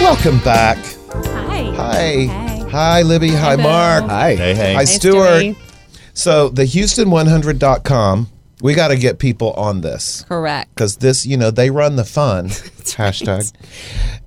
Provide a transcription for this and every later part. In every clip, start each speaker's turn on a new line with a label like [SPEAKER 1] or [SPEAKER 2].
[SPEAKER 1] Welcome back.
[SPEAKER 2] Hi.
[SPEAKER 1] Hi.
[SPEAKER 2] Hi.
[SPEAKER 1] Hi, Libby. Hi,
[SPEAKER 2] Hello.
[SPEAKER 1] Mark.
[SPEAKER 3] Hi.
[SPEAKER 4] Hey, hey.
[SPEAKER 1] Hi,
[SPEAKER 4] Nice
[SPEAKER 1] Stuart. So, the Houston100.com, we got to get people on this
[SPEAKER 2] Correct.
[SPEAKER 1] because this, you know, they run the fun. hashtag.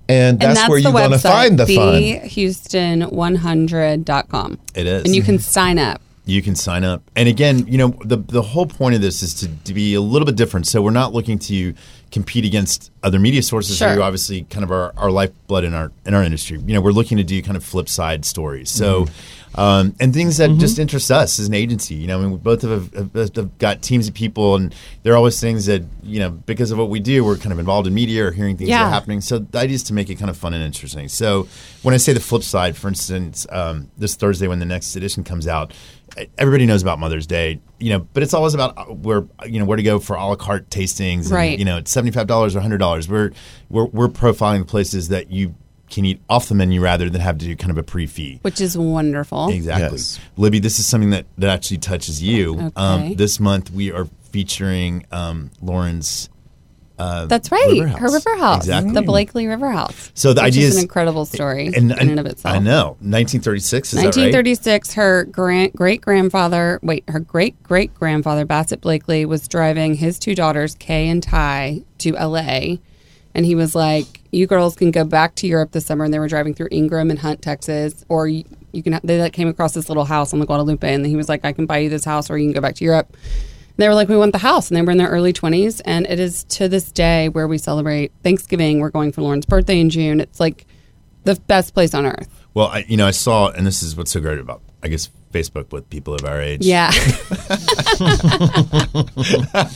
[SPEAKER 1] And that's, where you want to find the fun.
[SPEAKER 2] Houston100.com.
[SPEAKER 4] It is.
[SPEAKER 2] And you can sign up.
[SPEAKER 4] You can sign up. And again, you know, the the whole point of this is to, to be a little bit different. So we're not looking to compete against other media sources
[SPEAKER 2] Sure.
[SPEAKER 4] who obviously kind of are our lifeblood in our in our industry. You know, we're looking to do kind of flip side stories. So
[SPEAKER 2] Mm-hmm.
[SPEAKER 4] um, and things that just interest us as an agency. You know, I mean, we both have, have, have got teams of people, and there are always things that you know because of what we do, we're kind of involved in media or hearing things that
[SPEAKER 2] Yeah.
[SPEAKER 4] are happening. So the idea is to make it kind of fun and interesting. So when I say the flip side, for instance, um, this Thursday when the next edition comes out, everybody knows about Mother's Day, you know, but it's always about uh, where you know where to go for a la carte tastings. and,
[SPEAKER 2] Right.
[SPEAKER 4] you know, it's seventy five dollars or hundred dollars. We're we're we're profiling the places that you can eat off the menu rather than have to do kind of a pre fee.
[SPEAKER 2] Which is wonderful.
[SPEAKER 4] Exactly.
[SPEAKER 1] Yes.
[SPEAKER 4] Libby, this is something that, that actually touches you.
[SPEAKER 2] Okay.
[SPEAKER 4] Um, this month, we are featuring um, Lauren's.
[SPEAKER 2] That's right.
[SPEAKER 4] River House.
[SPEAKER 2] Her River House.
[SPEAKER 4] Exactly.
[SPEAKER 2] The Blakely River House.
[SPEAKER 4] So the
[SPEAKER 2] which
[SPEAKER 4] idea
[SPEAKER 2] an
[SPEAKER 4] is-
[SPEAKER 2] incredible story in and of itself.
[SPEAKER 4] I know. 1936, is that right?
[SPEAKER 2] 1936, her grand, great grandfather, wait, her great great grandfather, Bassett Blakely, was driving his two daughters, Kay and Ty, to LA. And he was like, You girls can go back to Europe this summer. And they were driving through Ingram and Hunt, Texas. Or you, you can, they like, came across this little house on the Guadalupe. And he was like, I can buy you this house or you can go back to Europe. And they were like, We want the house. And they were in their early 20s. And it is to this day where we celebrate Thanksgiving. We're going for Lauren's birthday in June. It's like the best place on earth.
[SPEAKER 4] Well, I, you know, I saw, and this is what's so great about, I guess, Facebook with people of our age.
[SPEAKER 2] Yeah.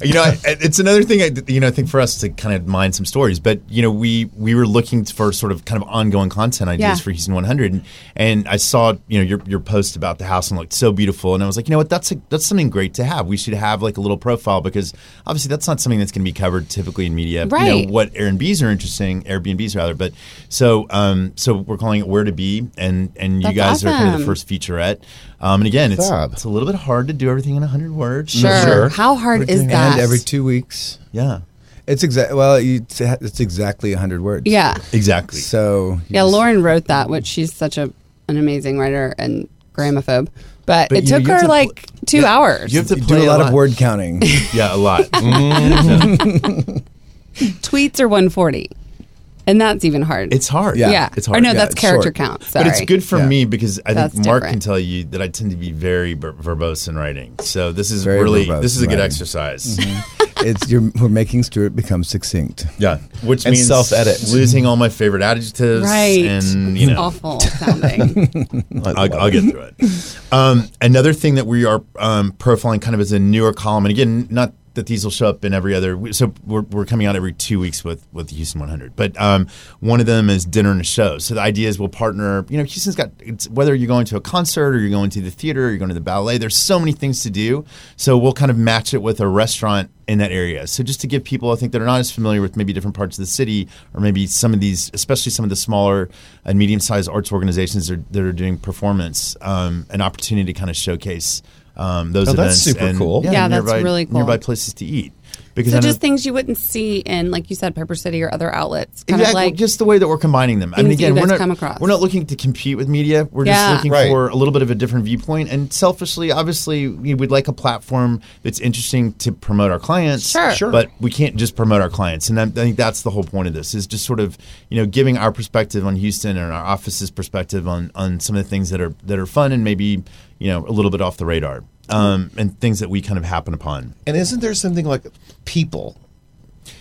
[SPEAKER 4] you know, I- it's another thing. I, you know, I think for us to kind of mine some stories, but you know, we we were looking for sort of kind of ongoing content ideas
[SPEAKER 2] Yeah.
[SPEAKER 4] for Houston 100, and, and I saw you know your your post about the house and it looked so beautiful, and I was like, you know what, that's a, that's something great to have. We should have like a little profile because obviously that's not something that's going to be covered typically in media. You
[SPEAKER 2] Right.
[SPEAKER 4] know, what Airbnbs are interesting, Airbnbs rather, but so um so we're calling it Where to Be, and and
[SPEAKER 2] That's
[SPEAKER 4] you guys are kind of the
[SPEAKER 2] awesome.
[SPEAKER 4] first featurette, um and again it's
[SPEAKER 1] Fab.
[SPEAKER 4] it's a little bit hard to do everything in 100 words.
[SPEAKER 2] Sure.
[SPEAKER 3] Sure.
[SPEAKER 2] How hard is that?
[SPEAKER 3] And every two weeks.
[SPEAKER 4] Yeah.
[SPEAKER 3] It's exactly, well, you- it's it's exactly 100 words.
[SPEAKER 2] yeah.
[SPEAKER 4] Exactly.
[SPEAKER 3] So. you
[SPEAKER 2] Yeah,
[SPEAKER 3] just-
[SPEAKER 2] Lauren wrote that, which she's such a an amazing writer and gramophobe. But,
[SPEAKER 4] But
[SPEAKER 2] it
[SPEAKER 4] you-
[SPEAKER 2] took
[SPEAKER 4] you have
[SPEAKER 2] her
[SPEAKER 4] to pl-
[SPEAKER 2] like two
[SPEAKER 4] yeah,
[SPEAKER 2] hours.
[SPEAKER 4] you have to
[SPEAKER 3] You
[SPEAKER 4] play
[SPEAKER 3] do a lot of word counting.
[SPEAKER 4] Yeah, a lot. Mm-hmm.
[SPEAKER 2] Tweets are 140. And that's even hard.
[SPEAKER 4] It's hard.
[SPEAKER 3] Yeah.
[SPEAKER 2] yeah.
[SPEAKER 4] it's hard.
[SPEAKER 2] Or no,
[SPEAKER 4] Yeah,
[SPEAKER 2] that's
[SPEAKER 3] it's
[SPEAKER 2] character
[SPEAKER 3] short.
[SPEAKER 2] count. Sorry.
[SPEAKER 4] But it's good for
[SPEAKER 3] Yeah.
[SPEAKER 4] me because I
[SPEAKER 2] That's
[SPEAKER 4] think Mark
[SPEAKER 2] different.
[SPEAKER 4] can tell you that I tend to be very ver- verbose in writing. So this is
[SPEAKER 3] Very
[SPEAKER 4] really
[SPEAKER 3] verbose
[SPEAKER 4] this is a
[SPEAKER 3] in
[SPEAKER 4] good
[SPEAKER 3] writing. Mm-hmm.
[SPEAKER 4] exercise.
[SPEAKER 3] it's you're, We're making Stuart become succinct.
[SPEAKER 4] Yeah, which
[SPEAKER 1] And
[SPEAKER 4] means
[SPEAKER 1] self-edit.
[SPEAKER 4] losing all my favorite adjectives.
[SPEAKER 2] Right.
[SPEAKER 4] and you
[SPEAKER 2] It's
[SPEAKER 4] know,
[SPEAKER 2] awful sounding.
[SPEAKER 4] I'll, I'll get through it. Um, another thing that we are um, profiling kind of as a newer column, and again, not that these will show up in every other. we- So we're, we're coming out every two weeks with with the Houston 100, but um, one of them is dinner and a show. So the idea is we'll partner. You know, Houston's got it's, whether you're going to a concert or you're going to the theater, or you're going to the ballet. There's so many things to do. So we'll kind of match it with a restaurant in that area. So just to give people, I think that are not as familiar with maybe different parts of the city, or maybe some of these, especially some of the smaller and medium-sized arts organizations that are, that are doing performance, um, an opportunity to kind of showcase um, those
[SPEAKER 1] Oh, that's
[SPEAKER 4] events.
[SPEAKER 1] super
[SPEAKER 4] and,
[SPEAKER 1] cool.
[SPEAKER 2] Yeah,
[SPEAKER 4] the
[SPEAKER 2] that's
[SPEAKER 4] nearby-
[SPEAKER 2] really cool.
[SPEAKER 4] Nearby places to eat. Because
[SPEAKER 2] so
[SPEAKER 4] I know-
[SPEAKER 2] just things you wouldn't see in, like you said, Pepper City or other outlets. Kind
[SPEAKER 4] exactly,
[SPEAKER 2] of like
[SPEAKER 4] just the way that we're combining them. I mean,
[SPEAKER 2] things that you
[SPEAKER 4] again, we're
[SPEAKER 2] guys
[SPEAKER 4] not
[SPEAKER 2] come across.
[SPEAKER 4] we're not looking to compete with media. We're
[SPEAKER 2] Yeah.
[SPEAKER 4] just looking
[SPEAKER 1] Right.
[SPEAKER 4] for a little bit of a different viewpoint. And selfishly, obviously, we would like a platform that's interesting to promote our clients.
[SPEAKER 2] Sure. Sure.
[SPEAKER 4] But we can't just promote our clients. And I I think that's the whole point of this is just sort of you know giving our perspective on Houston and our office's perspective on on some of the things that are that are fun and maybe you know a little bit off the radar. Um, and things that we kind of happen upon.
[SPEAKER 1] And isn't there something like people?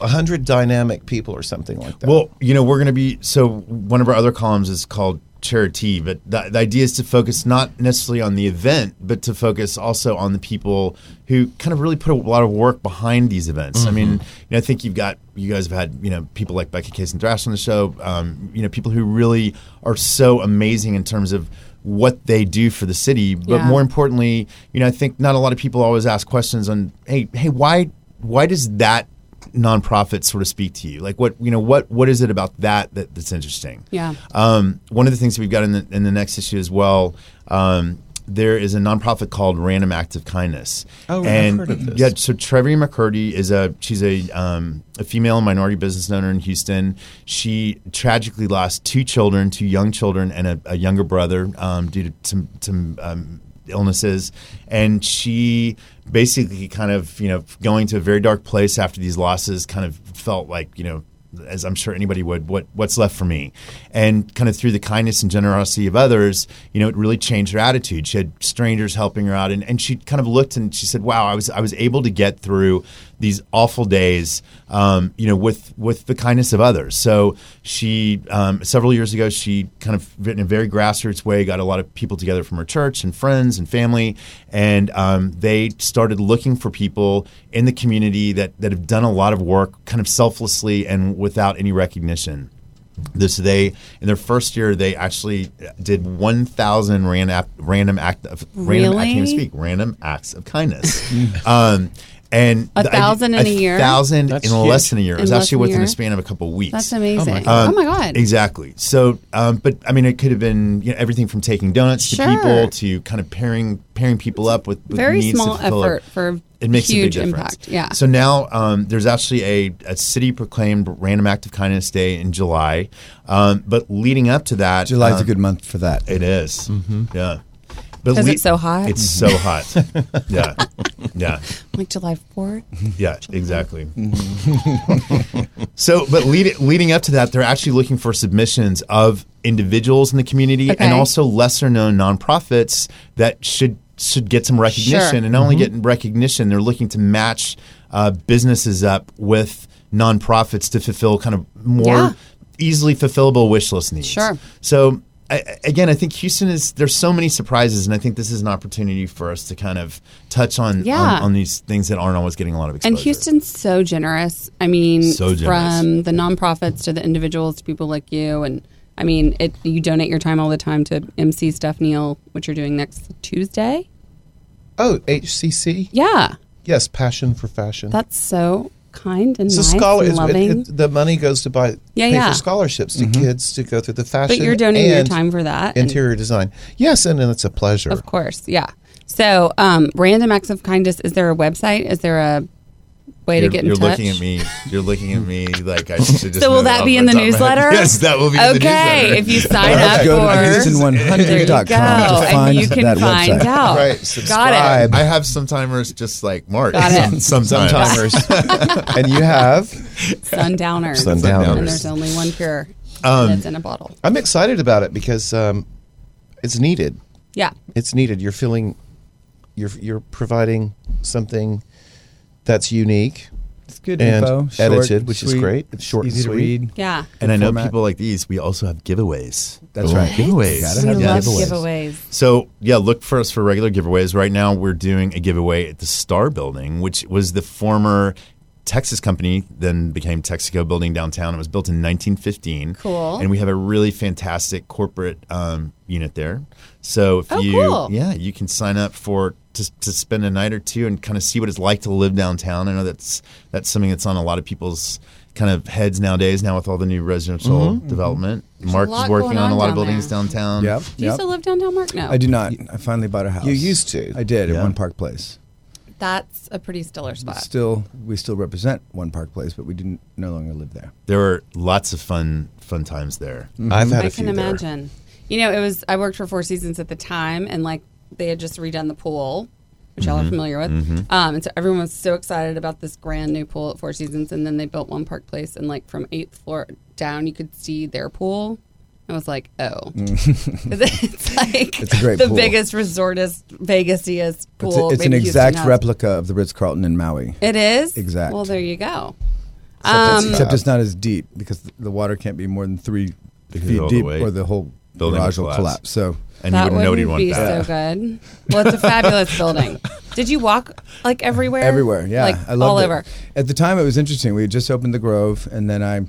[SPEAKER 1] A hundred dynamic people or something like that.
[SPEAKER 4] Well, you know, we're going to be so one of our other columns is called charity, but the, the idea is to focus not necessarily on the event, but to focus also on the people who kind of really put a lot of work behind these events. I mean, you know, I think you've got you guys have had you know people like Becca Case and Thrash on the show, um, you know, people who really are so amazing in terms of what they do for the city, but
[SPEAKER 2] Yeah.
[SPEAKER 4] more importantly, you know, I think not a lot of people always ask questions on, hey, hey, why why does that nonprofit sort of speak to you? Like what you know what what is it about that, that that's interesting?
[SPEAKER 2] Yeah.
[SPEAKER 4] Um, one of the things that we've got in the in the next issue as well. Um, there is a nonprofit called Random Acts of Kindness.
[SPEAKER 3] Oh, I've
[SPEAKER 4] and
[SPEAKER 3] heard of this.
[SPEAKER 4] yeah, so Trevi McCurdy is a she's a um, a female minority business owner in Houston. She tragically lost two children, two young children, and a, a younger brother um, due to some some um, illnesses, and she basically kind of you know going to a very dark place after these losses. Kind of felt like you know as I'm sure anybody would, what what's left for me, and kind of through the kindness and generosity of others, you know, it really changed her attitude. She had strangers helping her out, and, and she kind of looked and she said, "Wow, I was I was able to get through these awful days, um, you know, with with the kindness of others." So she um, several years ago, she kind of in a very grassroots way got a lot of people together from her church and friends and family, and um, they started looking for people in the community that that have done a lot of work, kind of selflessly and without any recognition. This they in their first year they actually did 1,000 random random act of random I can't even
[SPEAKER 2] Really?
[SPEAKER 4] speak random acts of kindness. um, and
[SPEAKER 2] A
[SPEAKER 4] the idea-
[SPEAKER 2] thousand in a year?
[SPEAKER 4] thousand
[SPEAKER 1] That's
[SPEAKER 4] in
[SPEAKER 1] huge.
[SPEAKER 4] less than a year. It
[SPEAKER 2] In
[SPEAKER 4] was
[SPEAKER 2] less
[SPEAKER 4] actually
[SPEAKER 2] than a
[SPEAKER 4] within
[SPEAKER 2] year?
[SPEAKER 4] a span of a couple weeks.
[SPEAKER 2] That's amazing. Oh
[SPEAKER 4] Um,
[SPEAKER 2] my god.
[SPEAKER 4] Exactly. So, um, but I mean, it could have been you know, everything from taking donuts to
[SPEAKER 2] Sure.
[SPEAKER 4] people to kind of pairing pairing people up with, with
[SPEAKER 2] Very
[SPEAKER 4] needs to
[SPEAKER 2] small
[SPEAKER 4] fulfill
[SPEAKER 2] effort for
[SPEAKER 4] It makes
[SPEAKER 2] huge
[SPEAKER 4] a big difference.
[SPEAKER 2] impact. Yeah.
[SPEAKER 4] So now um, there's actually a, a city proclaimed Random Act of Kindness Day in July, um, but leading up to that,
[SPEAKER 3] July's
[SPEAKER 4] um,
[SPEAKER 3] a good Mm-hmm. month for that.
[SPEAKER 4] It is. Yeah. But
[SPEAKER 2] 'Cause
[SPEAKER 4] lea-
[SPEAKER 2] it's so hot?
[SPEAKER 4] It's so hot. yeah. Yeah.
[SPEAKER 2] like July 4th.
[SPEAKER 4] Yeah, exactly. so, but lead, leading up to that, they're actually looking for submissions of individuals in the community
[SPEAKER 2] Okay.
[SPEAKER 4] and also lesser known nonprofits that should should get some recognition.
[SPEAKER 2] Sure. Mm-hmm.
[SPEAKER 4] And not only get recognition, they're looking to match uh, businesses up with nonprofits to fulfill kind of more
[SPEAKER 2] Yeah.
[SPEAKER 4] easily fulfillable wish list needs.
[SPEAKER 2] Sure.
[SPEAKER 4] So I- I, again, I think Houston is there's so many surprises, and I think this is an opportunity for us to kind of touch on
[SPEAKER 2] Yeah.
[SPEAKER 4] on, on these things that aren't always getting a lot of exposure.
[SPEAKER 2] And Houston's so generous. I mean,
[SPEAKER 4] So generous.
[SPEAKER 2] from the nonprofits to the individuals to people like you. And I mean, it, you donate your time all the time to MC Stuff Neil, which you're doing next Tuesday.
[SPEAKER 1] Oh, HCC.
[SPEAKER 2] Yeah.
[SPEAKER 1] Yes, passion for fashion.
[SPEAKER 2] That's so kind and
[SPEAKER 1] it's
[SPEAKER 2] nice
[SPEAKER 1] a scholar.
[SPEAKER 2] and
[SPEAKER 1] it's- it-
[SPEAKER 2] loving.
[SPEAKER 1] it- the money goes to buy
[SPEAKER 2] Yeah,
[SPEAKER 1] pay
[SPEAKER 2] yeah.
[SPEAKER 1] for scholarships to kids to go through the fashion.
[SPEAKER 2] but you're donating your
[SPEAKER 1] and
[SPEAKER 2] time for that. and-
[SPEAKER 1] interior design. Yes, and, and it's a pleasure.
[SPEAKER 2] of course. Yeah. So, um, Random Acts of Kindness, is there a website? Is there a way
[SPEAKER 4] you're,
[SPEAKER 2] to get in
[SPEAKER 4] you're
[SPEAKER 2] touch?
[SPEAKER 4] looking at me. You're looking at me like I should just.
[SPEAKER 2] So, will
[SPEAKER 4] know
[SPEAKER 2] that
[SPEAKER 4] off
[SPEAKER 2] be
[SPEAKER 4] the
[SPEAKER 2] in the
[SPEAKER 4] top of my-
[SPEAKER 2] newsletter?
[SPEAKER 4] Yes, that will be
[SPEAKER 2] okay,
[SPEAKER 4] in the newsletter.
[SPEAKER 2] if you sign up
[SPEAKER 3] Just
[SPEAKER 2] for
[SPEAKER 3] go to
[SPEAKER 2] There you go,
[SPEAKER 3] season100.com to
[SPEAKER 2] and
[SPEAKER 3] find
[SPEAKER 2] you can
[SPEAKER 3] that
[SPEAKER 2] find
[SPEAKER 3] website.
[SPEAKER 2] out.
[SPEAKER 1] Right,
[SPEAKER 2] Got it.
[SPEAKER 1] subscribe.
[SPEAKER 4] I have some timers just like Mark.
[SPEAKER 2] Got it.
[SPEAKER 4] Some, sometimes.
[SPEAKER 1] Sometimers. and you have.
[SPEAKER 2] Sundowners.
[SPEAKER 1] Sundowners.
[SPEAKER 2] And there's only one cure.
[SPEAKER 3] Um,
[SPEAKER 2] and it's in a bottle.
[SPEAKER 1] I'm excited about it because um, it's needed.
[SPEAKER 2] Yeah.
[SPEAKER 1] It's needed. You're feeling, you're you're providing something that's unique.
[SPEAKER 3] It's good
[SPEAKER 1] And
[SPEAKER 3] info. short,
[SPEAKER 1] edited, which is
[SPEAKER 3] sweet,
[SPEAKER 1] great.
[SPEAKER 3] It's
[SPEAKER 1] Short and
[SPEAKER 3] easy to
[SPEAKER 1] sweet.
[SPEAKER 3] read.
[SPEAKER 2] Yeah.
[SPEAKER 4] And I know
[SPEAKER 3] Format.
[SPEAKER 4] people like these. We also have giveaways.
[SPEAKER 3] That's
[SPEAKER 4] Oh,
[SPEAKER 3] right.
[SPEAKER 4] Giveaways.
[SPEAKER 3] Gotta
[SPEAKER 2] We
[SPEAKER 3] have
[SPEAKER 2] love
[SPEAKER 3] giveaways.
[SPEAKER 2] giveaways.
[SPEAKER 4] So yeah, look for us for regular giveaways. Right now, we're doing a giveaway at the Star Building, which was the former Texas company, then became Texaco Building downtown. It was built in 1915.
[SPEAKER 2] Cool.
[SPEAKER 4] And we have a really fantastic corporate um, unit there. So if
[SPEAKER 2] Oh,
[SPEAKER 4] you
[SPEAKER 2] cool.
[SPEAKER 4] yeah, you can sign up for. To, to spend a night or two and kind of see what it's like to live downtown. I know that's that's something that's on a lot of people's kind of heads nowadays. Now with all the new residential development, Mark is
[SPEAKER 2] Mm-hmm. lot
[SPEAKER 4] working
[SPEAKER 2] going
[SPEAKER 4] on, a
[SPEAKER 2] on
[SPEAKER 4] lot of
[SPEAKER 2] down
[SPEAKER 4] buildings
[SPEAKER 2] there.
[SPEAKER 4] downtown.
[SPEAKER 3] Yep.
[SPEAKER 2] Do you
[SPEAKER 3] yep.
[SPEAKER 2] still live downtown, Mark? No.
[SPEAKER 3] I do not. I finally bought a house.
[SPEAKER 1] You used to.
[SPEAKER 3] I did
[SPEAKER 4] Yeah.
[SPEAKER 3] at One Park Place.
[SPEAKER 2] That's a pretty stellar spot.
[SPEAKER 3] Still, we still represent One Park Place, but we didn't no longer live there.
[SPEAKER 4] there were lots of fun fun times there.
[SPEAKER 3] Mm-hmm.
[SPEAKER 4] Uh,
[SPEAKER 1] I've had a
[SPEAKER 2] I
[SPEAKER 1] few
[SPEAKER 2] can
[SPEAKER 1] there.
[SPEAKER 2] imagine. You know, it was I worked for Four Seasons at the time, and like they had just redone the pool, which y'all
[SPEAKER 3] Mm-hmm.
[SPEAKER 2] are familiar with. Um, and so everyone was so excited about this grand new pool at Four Seasons, and then they built One Park Place, and like from eighth floor down, you could see their pool. I was like, oh, 'Cause it's like
[SPEAKER 3] It's a great
[SPEAKER 2] the
[SPEAKER 3] pool.
[SPEAKER 2] biggest resortist, Vegasiest
[SPEAKER 3] It's,
[SPEAKER 2] pool.
[SPEAKER 3] a, it's an
[SPEAKER 2] maybe Houston
[SPEAKER 3] exact
[SPEAKER 2] has.
[SPEAKER 3] replica of the Ritz Carlton in Maui,
[SPEAKER 2] It is
[SPEAKER 3] Exact.
[SPEAKER 2] Well, there you go.
[SPEAKER 1] Except
[SPEAKER 2] Um,
[SPEAKER 1] it's-
[SPEAKER 3] except it's not as deep because the water can't be more than three
[SPEAKER 4] Because all the
[SPEAKER 3] feet deep,
[SPEAKER 4] way-
[SPEAKER 3] or the whole
[SPEAKER 4] building
[SPEAKER 3] garage
[SPEAKER 4] would
[SPEAKER 3] will
[SPEAKER 4] collapse.
[SPEAKER 3] collapse. So
[SPEAKER 4] And
[SPEAKER 2] that
[SPEAKER 4] you wouldn't, nobody
[SPEAKER 2] wouldn't
[SPEAKER 4] would want
[SPEAKER 2] be
[SPEAKER 4] that.
[SPEAKER 2] so good. Well, it's a fabulous building. Did you walk like everywhere?
[SPEAKER 3] everywhere, yeah,
[SPEAKER 2] like
[SPEAKER 3] I love
[SPEAKER 2] all
[SPEAKER 3] it.
[SPEAKER 2] over.
[SPEAKER 3] At the time, it was interesting. We had just opened the Grove, and then I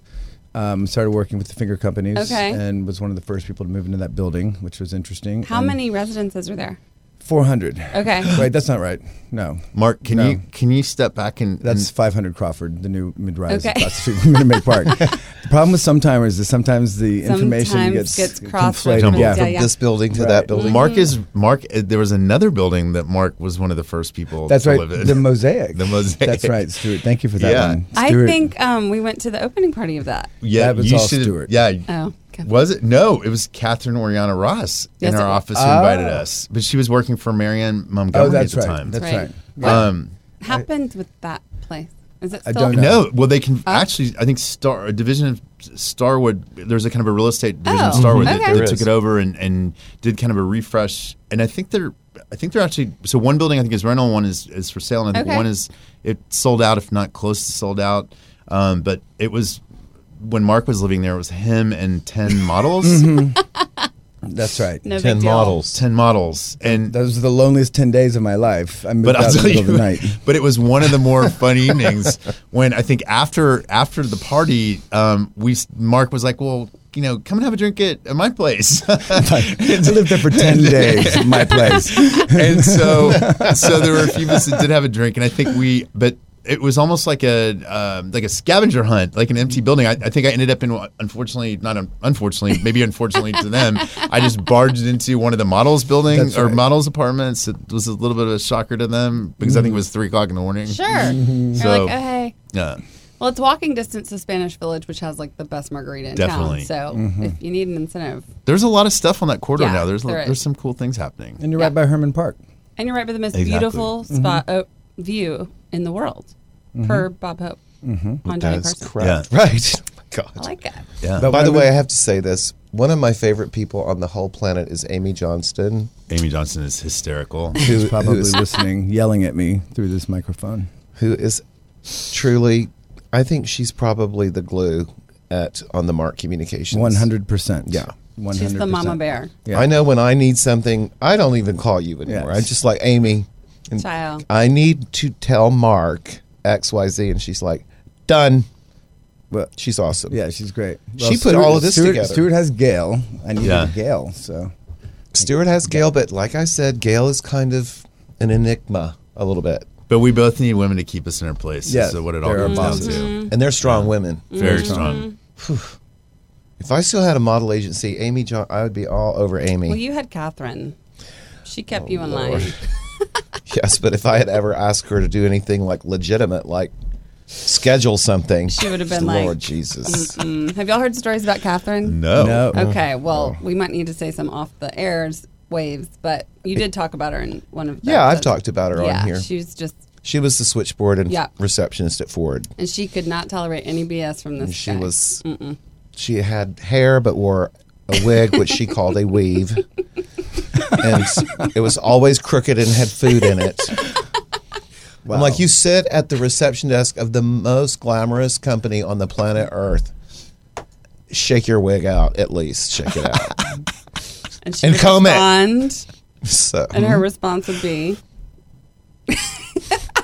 [SPEAKER 3] um, started working with the finger companies,
[SPEAKER 2] Okay.
[SPEAKER 3] and was one of the first people to move into that building, which was interesting.
[SPEAKER 2] How
[SPEAKER 3] And
[SPEAKER 2] many residences were there?
[SPEAKER 3] 400.
[SPEAKER 2] Okay.
[SPEAKER 3] Right, that's not right. No.
[SPEAKER 4] Mark, can
[SPEAKER 3] No.
[SPEAKER 4] you can you step back and
[SPEAKER 3] That's
[SPEAKER 4] and,
[SPEAKER 3] 500 Crawford, the new mid-rise
[SPEAKER 2] Okay.
[SPEAKER 3] across the street from Minute Maid Park. the problem with some timers is sometimes the information
[SPEAKER 2] Sometimes
[SPEAKER 3] gets,
[SPEAKER 2] gets crossed
[SPEAKER 3] conflated.
[SPEAKER 4] referenced,
[SPEAKER 3] Yeah,
[SPEAKER 1] from
[SPEAKER 2] yeah.
[SPEAKER 1] this building to
[SPEAKER 3] Right.
[SPEAKER 1] that building.
[SPEAKER 4] Mark
[SPEAKER 2] Mm-hmm.
[SPEAKER 4] is Mark. uh, There was another building that Mark was one of the first people.
[SPEAKER 3] that's
[SPEAKER 4] to
[SPEAKER 3] right.
[SPEAKER 4] Live in.
[SPEAKER 3] The mosaic.
[SPEAKER 4] The mosaic.
[SPEAKER 3] That's right, Stuart. Thank you for that
[SPEAKER 4] Yeah.
[SPEAKER 3] one.
[SPEAKER 2] I
[SPEAKER 3] Stuart,
[SPEAKER 2] think um, we went to the opening party of that.
[SPEAKER 4] yeah,
[SPEAKER 3] That was
[SPEAKER 4] you
[SPEAKER 3] all
[SPEAKER 4] should-
[SPEAKER 3] Stuart.
[SPEAKER 4] Yeah.
[SPEAKER 2] Oh, okay.
[SPEAKER 4] Was it? No, it was Catherine Oriana Ross
[SPEAKER 2] Yes,
[SPEAKER 4] in
[SPEAKER 2] it
[SPEAKER 4] our
[SPEAKER 2] was.
[SPEAKER 4] office who invited
[SPEAKER 3] Oh.
[SPEAKER 4] us, but she was working for Marianne Montgomery
[SPEAKER 3] Oh, that's
[SPEAKER 4] at the
[SPEAKER 3] right.
[SPEAKER 4] time.
[SPEAKER 3] That's
[SPEAKER 2] Right.
[SPEAKER 3] right. Uh,
[SPEAKER 4] um,
[SPEAKER 2] happened with that place? Is it
[SPEAKER 3] I
[SPEAKER 2] still?
[SPEAKER 3] don't know.
[SPEAKER 4] no, well, they can actually. I think Star a division of Starwood. There's a kind of a real estate division of
[SPEAKER 2] Oh,
[SPEAKER 4] Starwood
[SPEAKER 2] okay.
[SPEAKER 4] that,
[SPEAKER 2] There
[SPEAKER 4] that took
[SPEAKER 1] is.
[SPEAKER 4] it over and, and did kind of a refresh. And I think they're, I think they're actually. So one building I think is rental, one is is for sale, and I think
[SPEAKER 2] Okay.
[SPEAKER 4] one is it sold out, if not close to sold out. Um, but it was when Mark was living there. It was him and ten models,
[SPEAKER 2] Mm-hmm.
[SPEAKER 3] That's right.
[SPEAKER 2] No Mm-hmm. big
[SPEAKER 1] 10
[SPEAKER 2] deal.
[SPEAKER 1] models.
[SPEAKER 4] ten models, and
[SPEAKER 3] Those were the loneliest 10 days of my life. I moved
[SPEAKER 4] but
[SPEAKER 3] out
[SPEAKER 4] I'll
[SPEAKER 3] in the
[SPEAKER 4] tell
[SPEAKER 3] middle of
[SPEAKER 4] you,
[SPEAKER 3] the night.
[SPEAKER 4] but it was one of the more fun evenings when I think after after the party, um, we Mark was like, well, you know, come and have a drink at, at my place,
[SPEAKER 3] I lived there for 10 days at my place.
[SPEAKER 4] and so so there were a few of us that did have a drink, and I think we, but it was almost like a um, like a scavenger hunt, like an empty building. I, I think I ended up in, unfortunately, not un- unfortunately, maybe unfortunately to them, I just barged into one of the models' buildings
[SPEAKER 3] That's
[SPEAKER 4] or
[SPEAKER 3] right.
[SPEAKER 4] models' apartments. It was a little bit of a shocker to them because
[SPEAKER 3] Mm.
[SPEAKER 4] I think it was three o'clock in the morning.
[SPEAKER 2] Sure. You're
[SPEAKER 4] So-
[SPEAKER 2] like, oh, hey.
[SPEAKER 4] Yeah.
[SPEAKER 2] Well, it's walking distance to Spanish Village, which has like the best margarita in
[SPEAKER 4] Definitely.
[SPEAKER 2] town. So
[SPEAKER 3] Mm-hmm.
[SPEAKER 2] if you need an incentive,
[SPEAKER 4] There's a lot of stuff on that corridor
[SPEAKER 2] Yeah,
[SPEAKER 4] now. There's
[SPEAKER 2] there is.
[SPEAKER 4] there's some cool things happening.
[SPEAKER 3] And you're
[SPEAKER 2] Yeah.
[SPEAKER 3] right by Herman Park.
[SPEAKER 2] and you're right by the most
[SPEAKER 4] Exactly.
[SPEAKER 2] beautiful
[SPEAKER 1] Mm-hmm.
[SPEAKER 2] spot oh, view in the world, per Bob Hope on Johnny
[SPEAKER 1] That's Mm-hmm.
[SPEAKER 2] Carson.
[SPEAKER 1] correct. Right. Oh my God.
[SPEAKER 2] I like that.
[SPEAKER 4] Yeah.
[SPEAKER 3] But
[SPEAKER 1] By
[SPEAKER 3] what
[SPEAKER 1] the
[SPEAKER 3] I
[SPEAKER 1] way, I
[SPEAKER 3] mean-
[SPEAKER 1] have to say this. One of my favorite people on the whole planet is Amy Johnston.
[SPEAKER 4] Amy Johnson is hysterical.
[SPEAKER 3] She's probably
[SPEAKER 1] who's-
[SPEAKER 3] listening, yelling at me through this microphone.
[SPEAKER 1] who is truly I think she's probably the glue at on the mark communications.
[SPEAKER 3] 100%.
[SPEAKER 1] Yeah.
[SPEAKER 3] 100%.
[SPEAKER 2] She's the mama bear.
[SPEAKER 3] Yeah.
[SPEAKER 1] I know when I need something, I don't even call you anymore.
[SPEAKER 3] Yes.
[SPEAKER 1] I'm just like Amy and
[SPEAKER 2] Child.
[SPEAKER 1] I need to tell Mark XYZ and she's like, Done.
[SPEAKER 3] Well,
[SPEAKER 1] She's awesome.
[SPEAKER 3] yeah, she's great.
[SPEAKER 1] She put all of this
[SPEAKER 3] Stuart,
[SPEAKER 1] together.
[SPEAKER 3] Stuart has Gail. I needed
[SPEAKER 4] Yeah.
[SPEAKER 3] Gail, so
[SPEAKER 1] Stewart has Gail, but like I said, Gail is kind of an enigma a little bit.
[SPEAKER 4] but we both need women to keep us in our place.
[SPEAKER 3] Yes,
[SPEAKER 4] So what it all
[SPEAKER 3] they're our
[SPEAKER 4] comes down
[SPEAKER 3] bosses.
[SPEAKER 2] Mm-hmm.
[SPEAKER 4] to.
[SPEAKER 1] And they're strong women.
[SPEAKER 4] Very strong.
[SPEAKER 1] If I still had a model agency, Amy John I would be all over Amy.
[SPEAKER 2] Well, you had Catherine. She kept
[SPEAKER 1] Oh,
[SPEAKER 2] you in line.
[SPEAKER 1] Yes, but if I had ever asked her to do anything like legitimate, like schedule something,
[SPEAKER 2] She would have been
[SPEAKER 1] Lord
[SPEAKER 2] like,
[SPEAKER 1] Jesus.
[SPEAKER 2] Mm, have y'all heard stories about Catherine?
[SPEAKER 1] Oh.
[SPEAKER 4] No.
[SPEAKER 3] no.
[SPEAKER 2] Okay, well, we might need to say some off the airs waves, but you did talk about her in one of the
[SPEAKER 1] Yeah, I've
[SPEAKER 2] episodes.
[SPEAKER 1] talked about her
[SPEAKER 2] yeah,
[SPEAKER 1] on here.
[SPEAKER 2] she was just,
[SPEAKER 1] She was the switchboard and
[SPEAKER 2] Yeah.
[SPEAKER 1] receptionist at Ford.
[SPEAKER 2] and she could not tolerate any BS from this.
[SPEAKER 1] She
[SPEAKER 2] guy.
[SPEAKER 1] was. She had hair, but wore a wig, which she called a weave, and s- it was always crooked and had food in it. I'm like, you sit at the reception desk of the most glamorous company on the planet Earth. Shake your wig out, at least shake it out.
[SPEAKER 2] and she
[SPEAKER 1] and
[SPEAKER 2] would
[SPEAKER 1] comb it.
[SPEAKER 2] respond,
[SPEAKER 1] So
[SPEAKER 2] and her response would be,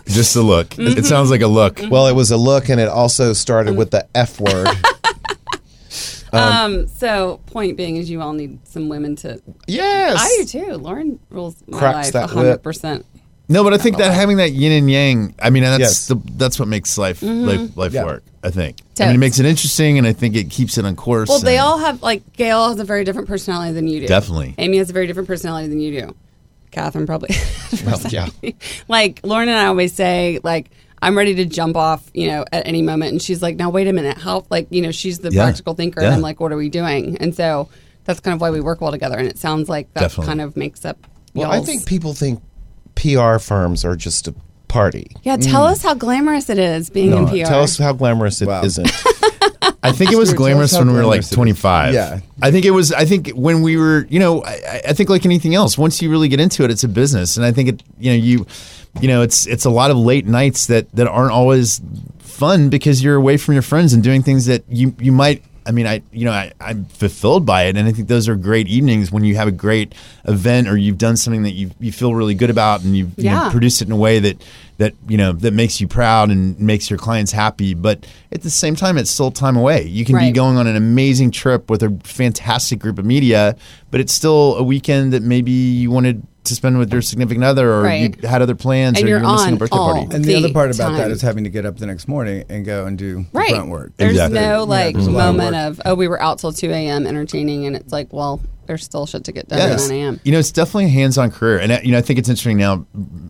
[SPEAKER 4] Just a look. It
[SPEAKER 2] Mm-hmm.
[SPEAKER 4] sounds like a look.
[SPEAKER 1] Well, it was a look, and it also started with the F word.
[SPEAKER 2] um, so point being is you all need some women to.
[SPEAKER 1] yes.
[SPEAKER 2] I do too. Lauren rules my
[SPEAKER 1] Cracks
[SPEAKER 2] life
[SPEAKER 1] that whip.
[SPEAKER 2] hundred percent.
[SPEAKER 4] No, but I think that having that yin and yang, I mean, that's
[SPEAKER 1] Yes.
[SPEAKER 4] the, that's what makes life
[SPEAKER 2] Mm-hmm.
[SPEAKER 4] life, life
[SPEAKER 3] Yeah.
[SPEAKER 4] work. I think. I mean, it
[SPEAKER 2] Totes.
[SPEAKER 4] makes it interesting, and I think it keeps it on course.
[SPEAKER 2] Well, they
[SPEAKER 4] and-
[SPEAKER 2] all have like Gail has a very different personality than you do.
[SPEAKER 4] Definitely.
[SPEAKER 2] Amy has a very different personality than you do. Catherine probably.
[SPEAKER 1] Well, yeah.
[SPEAKER 2] like Lauren and I always say, like I'm ready to jump off, you know, at any moment, and she's like, "Now wait a minute, how?" Like you know, she's the
[SPEAKER 4] Yeah.
[SPEAKER 2] practical thinker, and
[SPEAKER 4] Yeah.
[SPEAKER 2] I'm like, "What are we doing?" And so that's kind of why we work well together, and it sounds like that
[SPEAKER 4] Definitely.
[SPEAKER 2] kind of makes up.
[SPEAKER 1] Well, I
[SPEAKER 2] y'all's-
[SPEAKER 1] think people think PR firms are just a party.
[SPEAKER 2] Yeah, tell us how glamorous it is being in PR.
[SPEAKER 1] Mm. Tell us how glamorous it
[SPEAKER 3] Wow.
[SPEAKER 1] not
[SPEAKER 4] I think it was
[SPEAKER 3] Stuart, tell
[SPEAKER 4] glamorous
[SPEAKER 3] us how
[SPEAKER 4] when we were
[SPEAKER 3] glamorous
[SPEAKER 4] like
[SPEAKER 3] it is.
[SPEAKER 4] 25.
[SPEAKER 3] Yeah.
[SPEAKER 4] I think it was, I think when we were, you know, I- I, I think like anything else, once you really get into it, it's a business. And I think it, you know, you, you know, it's, it's a lot of late nights that, that aren't always fun because you're away from your friends and doing things that you, you might, I mean, I, you know, I, I'm fulfilled by it. And I think those are great evenings when you have a great event or you've done something that you, you feel really good about and you've, you know,
[SPEAKER 2] Yeah.
[SPEAKER 4] produced produce it in a way that that you know that makes you proud and makes your clients happy but at the same time it's still time away you can be
[SPEAKER 2] Right.
[SPEAKER 4] going on an amazing trip with a fantastic group of media but it's still a weekend that maybe you wanted to spend with your significant other, or
[SPEAKER 2] Right.
[SPEAKER 4] you had other plans,
[SPEAKER 2] And
[SPEAKER 4] or
[SPEAKER 2] you're
[SPEAKER 4] you're missing
[SPEAKER 2] on
[SPEAKER 4] a birthday
[SPEAKER 2] all
[SPEAKER 4] party.
[SPEAKER 3] And the,
[SPEAKER 2] The
[SPEAKER 3] other part about that
[SPEAKER 2] time.
[SPEAKER 3] is having to get up the next morning and go and do the
[SPEAKER 2] Right.
[SPEAKER 3] grunt work.
[SPEAKER 2] There's
[SPEAKER 4] Exactly.
[SPEAKER 2] no like
[SPEAKER 3] there's a lot of
[SPEAKER 2] moment
[SPEAKER 3] work.
[SPEAKER 2] of, oh, we were out till 2 a.m. entertaining. And it's like, well, there's still shit to get done
[SPEAKER 4] Yeah,
[SPEAKER 2] at
[SPEAKER 4] it's-
[SPEAKER 2] 9 a.m.
[SPEAKER 4] You know, it's definitely a hands-on career, and uh, you know, I think it's interesting now.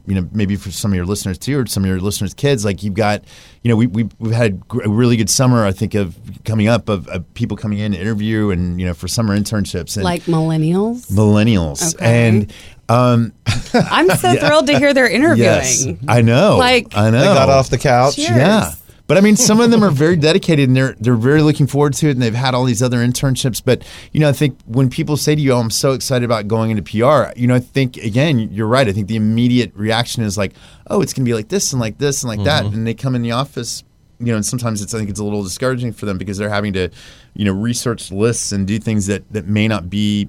[SPEAKER 4] You know, maybe for some of your listeners too, or some of your listeners' kids, like you've got, you know, we we we've had gr- a really good summer. I think of coming up of, of people coming in to interview, and you know, for summer internships and
[SPEAKER 2] Like millennials.
[SPEAKER 4] millennials,
[SPEAKER 2] Okay.
[SPEAKER 4] and um,
[SPEAKER 2] I'm so thrilled to hear they're interviewing.
[SPEAKER 4] yes, I know,
[SPEAKER 2] Like-
[SPEAKER 4] I know,
[SPEAKER 1] They got off the couch.
[SPEAKER 2] Cheers.
[SPEAKER 4] Yeah. But I mean, some of them are very dedicated and they're they're very looking forward to it, and they've had all these other internships. But you know, I think when people say to you, "Oh, I'm so excited about going into PR," you know, I think again, you're right. I think the immediate reaction is like, "Oh, it's going to be like this and like this and like that," and they come in the office. You know, and sometimes it's I think it's a little discouraging for them because they're having to, you know, research lists and do things that that may not be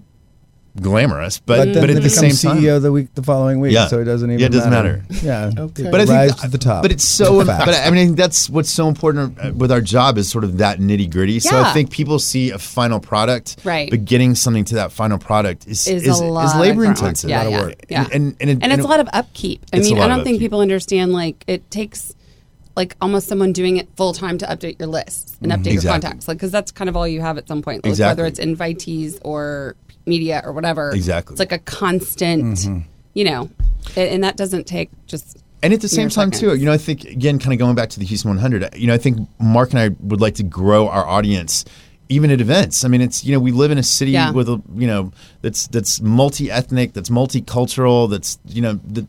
[SPEAKER 4] glamorous, but
[SPEAKER 3] But
[SPEAKER 4] but,
[SPEAKER 3] then they
[SPEAKER 4] at the
[SPEAKER 3] become E
[SPEAKER 4] same time,
[SPEAKER 3] CEO the week the following week,
[SPEAKER 4] Yeah.
[SPEAKER 3] so it doesn't
[SPEAKER 4] Yeah,
[SPEAKER 3] even
[SPEAKER 4] it doesn't
[SPEAKER 3] Yeah,
[SPEAKER 1] Okay.
[SPEAKER 4] but I
[SPEAKER 3] rise
[SPEAKER 4] think
[SPEAKER 3] to the top.
[SPEAKER 4] But it's so.
[SPEAKER 3] Fast.
[SPEAKER 4] but I mean, that's what's so important uh, with our job is sort of that nitty gritty. So I
[SPEAKER 2] Yeah.
[SPEAKER 4] think people see a final product,
[SPEAKER 2] Right.
[SPEAKER 4] But getting something to that final product is
[SPEAKER 2] Is
[SPEAKER 4] is,
[SPEAKER 2] a lot of
[SPEAKER 4] labor
[SPEAKER 2] grunt work.
[SPEAKER 4] intensive,
[SPEAKER 2] Yeah,
[SPEAKER 4] a lot
[SPEAKER 2] yeah,
[SPEAKER 4] of work,
[SPEAKER 2] yeah.
[SPEAKER 4] and and, and, it-
[SPEAKER 2] and
[SPEAKER 4] and
[SPEAKER 2] it's
[SPEAKER 4] it-
[SPEAKER 2] a lot of upkeep. I
[SPEAKER 4] It's a
[SPEAKER 2] mean,
[SPEAKER 4] lot
[SPEAKER 2] I
[SPEAKER 4] of
[SPEAKER 2] don't think
[SPEAKER 4] upkeep.
[SPEAKER 2] people understand like it takes like almost someone doing it full time to update your list and update your
[SPEAKER 4] Exactly.
[SPEAKER 2] contacts, like because that's kind of all you have at some point, like,
[SPEAKER 4] Exactly.
[SPEAKER 2] whether it's invitees or media or whatever.
[SPEAKER 4] Exactly. Mm-hmm.
[SPEAKER 2] it's like a constant, you know, a- and that doesn't take just
[SPEAKER 4] And at the same
[SPEAKER 2] mere
[SPEAKER 4] time, too,
[SPEAKER 2] seconds.
[SPEAKER 4] you know, I think again, kind of going back to the Houston 100, uh, you know, I think Mark and I would like to grow our audience, even at events. I mean, it's you know, we live in a city
[SPEAKER 2] Yeah.
[SPEAKER 4] with a you know that's that's multi-ethnic, that's multicultural, that's you know, the,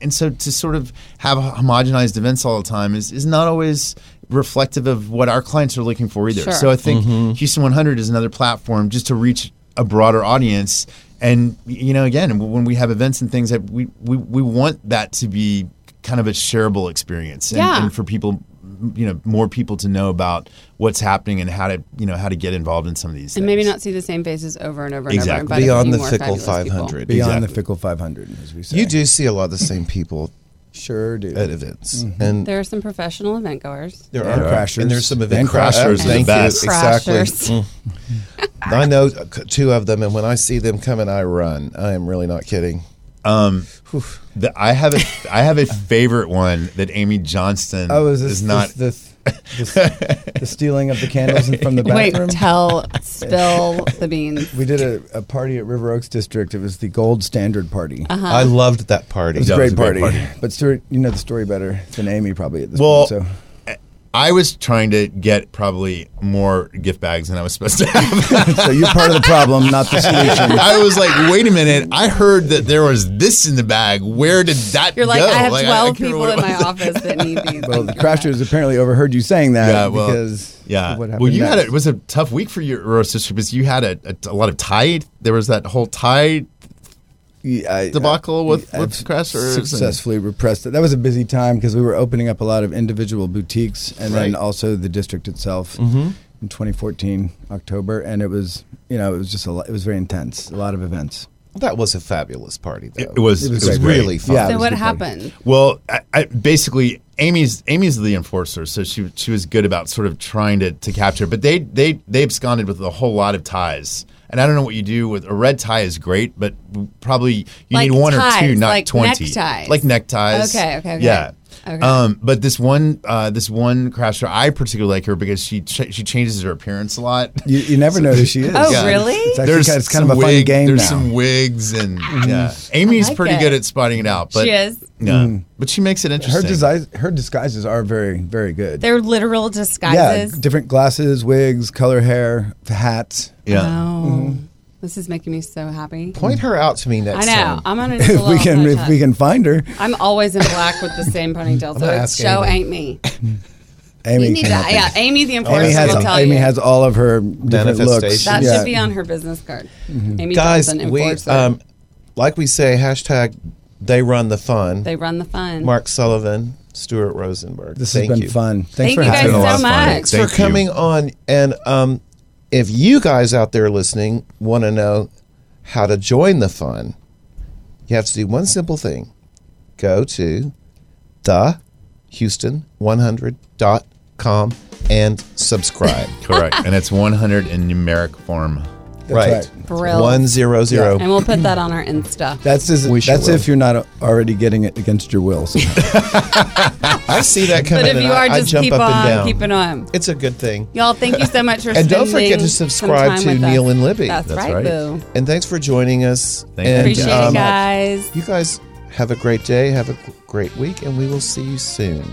[SPEAKER 4] and so to sort of have homogenized events all the time is is not always reflective of what our clients are looking for either.
[SPEAKER 2] Sure.
[SPEAKER 4] So I think
[SPEAKER 3] Mm-hmm.
[SPEAKER 4] Houston 100 is another platform just to reach a broader audience. And you know, again, when we have events and things, that we we, we want that to be kind of a shareable experience, and,
[SPEAKER 2] Yeah.
[SPEAKER 4] and for people, you know, more people to know about what's happening and how to you know how to get involved in some of these.
[SPEAKER 2] and maybe
[SPEAKER 4] things.
[SPEAKER 2] not see the same faces over and over
[SPEAKER 4] Exactly.
[SPEAKER 2] and over. and invite a
[SPEAKER 1] Beyond
[SPEAKER 2] few
[SPEAKER 1] the
[SPEAKER 2] more
[SPEAKER 1] fickle
[SPEAKER 2] fabulous people.
[SPEAKER 1] 500.
[SPEAKER 3] beyond the
[SPEAKER 4] Exactly.
[SPEAKER 3] fickle 500, as we say.
[SPEAKER 1] You do see a lot of the same people
[SPEAKER 3] sure do.
[SPEAKER 1] at events, and
[SPEAKER 2] There are some professional event goers.
[SPEAKER 1] there
[SPEAKER 3] And
[SPEAKER 1] are
[SPEAKER 3] crashers.
[SPEAKER 1] and there's some event
[SPEAKER 4] And crashers
[SPEAKER 1] crashers.
[SPEAKER 4] are the
[SPEAKER 1] Thank
[SPEAKER 4] best.
[SPEAKER 1] you, exactly.
[SPEAKER 2] Crashers.
[SPEAKER 1] I know uh, c- two of them, and when I see them coming, I run. I am really not kidding.
[SPEAKER 4] The- I have a I have a favorite one that Amy Johnston
[SPEAKER 3] Oh, is this
[SPEAKER 4] is not.
[SPEAKER 3] this, this, this- the stealing of the candles in- from the
[SPEAKER 2] Wait,
[SPEAKER 3] bathroom?
[SPEAKER 2] tell, spill the beans.
[SPEAKER 3] we did a, a party at River Oaks District. It was the Gold Standard Party.
[SPEAKER 2] Uh-huh.
[SPEAKER 1] I loved that party.
[SPEAKER 3] It was
[SPEAKER 4] Yeah,
[SPEAKER 3] a
[SPEAKER 4] it
[SPEAKER 3] great
[SPEAKER 4] was a
[SPEAKER 3] party.
[SPEAKER 4] great
[SPEAKER 3] But Stuart, you know the story better than Amy probably at this
[SPEAKER 4] Well,
[SPEAKER 3] point. So
[SPEAKER 4] I was trying to get probably more gift bags than I was supposed to have.
[SPEAKER 3] so you're part of the problem, not the solution.
[SPEAKER 4] I was like, wait a minute. I heard that there was this in the bag. Where did that
[SPEAKER 2] You're like,
[SPEAKER 4] go?
[SPEAKER 2] I have 12
[SPEAKER 4] can't remember
[SPEAKER 2] people
[SPEAKER 4] what
[SPEAKER 2] in
[SPEAKER 4] it
[SPEAKER 2] my
[SPEAKER 4] was.
[SPEAKER 2] office that need these.
[SPEAKER 3] Well,
[SPEAKER 2] things
[SPEAKER 3] the
[SPEAKER 2] like that.
[SPEAKER 3] crashers apparently overheard you saying that
[SPEAKER 4] Yeah, well,
[SPEAKER 3] because
[SPEAKER 4] yeah.
[SPEAKER 3] of what happened.
[SPEAKER 4] well, you
[SPEAKER 3] next.
[SPEAKER 4] had a, it was a tough week for your roast sister because you had a, a, a lot of tie. There was that whole tie.
[SPEAKER 3] Yeah, I-
[SPEAKER 4] debacle
[SPEAKER 3] I-
[SPEAKER 4] with-
[SPEAKER 3] I've
[SPEAKER 4] with Crashers and-
[SPEAKER 3] Successfully repressed it. That was a busy time because we were opening up a lot of individual boutiques and
[SPEAKER 4] Right. Mm-hmm.
[SPEAKER 3] then also the district itself in 2014 October, and it was you know it was just a lot, it was very intense, a lot of events.
[SPEAKER 1] That was a fabulous party, though.
[SPEAKER 4] It was-
[SPEAKER 3] It was
[SPEAKER 4] it was
[SPEAKER 1] really
[SPEAKER 4] great.
[SPEAKER 1] fun.
[SPEAKER 3] Yeah.
[SPEAKER 2] So
[SPEAKER 3] was
[SPEAKER 2] what
[SPEAKER 3] good fun.
[SPEAKER 2] happened?
[SPEAKER 4] Well, I, I, basically, Amy's Amy's the enforcer, so she she was good about sort of trying to, to capture. But they they they absconded with a whole lot of ties, and I don't know what you do with a red tie is great, but probably you
[SPEAKER 2] Like
[SPEAKER 4] need one or two,
[SPEAKER 2] ties,
[SPEAKER 4] not
[SPEAKER 2] like
[SPEAKER 4] twenty.
[SPEAKER 2] neckties.
[SPEAKER 4] Like neckties.
[SPEAKER 2] Okay, okay, okay.
[SPEAKER 4] yeah.
[SPEAKER 2] Okay.
[SPEAKER 4] Um, but this one, uh, this one crasher, I particularly like her because she ch- she changes her appearance a lot.
[SPEAKER 3] You, you never know who she is.
[SPEAKER 2] Oh,
[SPEAKER 4] Yeah.
[SPEAKER 2] really?
[SPEAKER 3] It's actually kind of, it's kind of a
[SPEAKER 4] some
[SPEAKER 3] fun
[SPEAKER 4] wig-
[SPEAKER 3] game
[SPEAKER 4] There's
[SPEAKER 3] now.
[SPEAKER 4] some wigs and yeah. Amy's
[SPEAKER 2] I like
[SPEAKER 4] pretty
[SPEAKER 2] it.
[SPEAKER 4] good at spotting it out. But
[SPEAKER 2] She is.
[SPEAKER 4] Yeah,
[SPEAKER 3] Mm.
[SPEAKER 4] but she makes it
[SPEAKER 3] her
[SPEAKER 4] interesting.
[SPEAKER 3] disguise, her disguises are very very good.
[SPEAKER 2] They're literal disguises.
[SPEAKER 3] Yeah, different glasses, wigs, color hair, hats.
[SPEAKER 4] Yeah.
[SPEAKER 2] Oh, this is making me so happy.
[SPEAKER 1] Point her out to me
[SPEAKER 2] I
[SPEAKER 1] next
[SPEAKER 2] know.
[SPEAKER 1] time.
[SPEAKER 2] I'm on a
[SPEAKER 3] If we can if we can find her,
[SPEAKER 2] I'm always in black with the same ponytail, so
[SPEAKER 1] gonna
[SPEAKER 2] it
[SPEAKER 1] ask
[SPEAKER 2] show
[SPEAKER 1] Amy.
[SPEAKER 2] ain't me.
[SPEAKER 3] Amy.
[SPEAKER 2] You need
[SPEAKER 3] can
[SPEAKER 2] that.
[SPEAKER 3] help
[SPEAKER 2] Yeah,
[SPEAKER 3] us.
[SPEAKER 2] Amy the enforcer
[SPEAKER 3] Amy has
[SPEAKER 2] will tell
[SPEAKER 3] Amy
[SPEAKER 2] you.
[SPEAKER 3] has all of her different looks.
[SPEAKER 1] Manifestations.
[SPEAKER 2] that
[SPEAKER 3] Yeah.
[SPEAKER 2] should be on her business card. Amy
[SPEAKER 1] Mm-hmm. Guys,
[SPEAKER 2] Johnson,
[SPEAKER 1] we
[SPEAKER 2] enforcer.
[SPEAKER 1] um, like we say, hashtag they run the fun.
[SPEAKER 2] they run the fun.
[SPEAKER 1] Mark Sullivan, Stuart Rosenberg.
[SPEAKER 3] This
[SPEAKER 1] Thank
[SPEAKER 3] has been
[SPEAKER 1] you.
[SPEAKER 3] fun.
[SPEAKER 2] Thank
[SPEAKER 3] Thanks for
[SPEAKER 2] you
[SPEAKER 3] having
[SPEAKER 2] guys
[SPEAKER 4] It's been a lot
[SPEAKER 3] us.
[SPEAKER 2] so
[SPEAKER 4] of fun.
[SPEAKER 2] much.
[SPEAKER 1] Thanks
[SPEAKER 4] Thank
[SPEAKER 1] for
[SPEAKER 4] you.
[SPEAKER 1] coming on. And um, if you guys out there listening want to know how to join the fun, you have to do one simple thing go to the Houston100.com and subscribe.
[SPEAKER 4] Correct. and it's 100 in numeric form.
[SPEAKER 1] right.
[SPEAKER 3] right.
[SPEAKER 2] Brill.
[SPEAKER 1] One zero zero.
[SPEAKER 2] and we'll put that on our Insta.
[SPEAKER 3] That's as,
[SPEAKER 1] We sure
[SPEAKER 3] that's
[SPEAKER 1] will.
[SPEAKER 3] if you're not already getting it against your will. somehow.
[SPEAKER 1] I see that coming.
[SPEAKER 2] But if
[SPEAKER 1] and
[SPEAKER 2] you
[SPEAKER 1] I-
[SPEAKER 2] are,
[SPEAKER 1] I
[SPEAKER 2] just
[SPEAKER 1] jump
[SPEAKER 2] keep
[SPEAKER 1] up and
[SPEAKER 2] on
[SPEAKER 1] down.
[SPEAKER 2] keeping on.
[SPEAKER 1] It's a good thing.
[SPEAKER 2] Y'all, thank you so much for
[SPEAKER 1] And don't forget
[SPEAKER 2] spending
[SPEAKER 1] to
[SPEAKER 2] some
[SPEAKER 1] subscribe
[SPEAKER 2] time
[SPEAKER 1] to
[SPEAKER 2] with us.
[SPEAKER 1] Neil and Libby.
[SPEAKER 2] That's,
[SPEAKER 4] That's
[SPEAKER 2] right,
[SPEAKER 4] right.
[SPEAKER 2] boo.
[SPEAKER 1] And thanks for joining us.
[SPEAKER 4] Thank you.
[SPEAKER 1] and,
[SPEAKER 2] Appreciate
[SPEAKER 1] um,
[SPEAKER 2] it, guys.
[SPEAKER 1] You guys have a great day. Have a great week, and we will see you soon.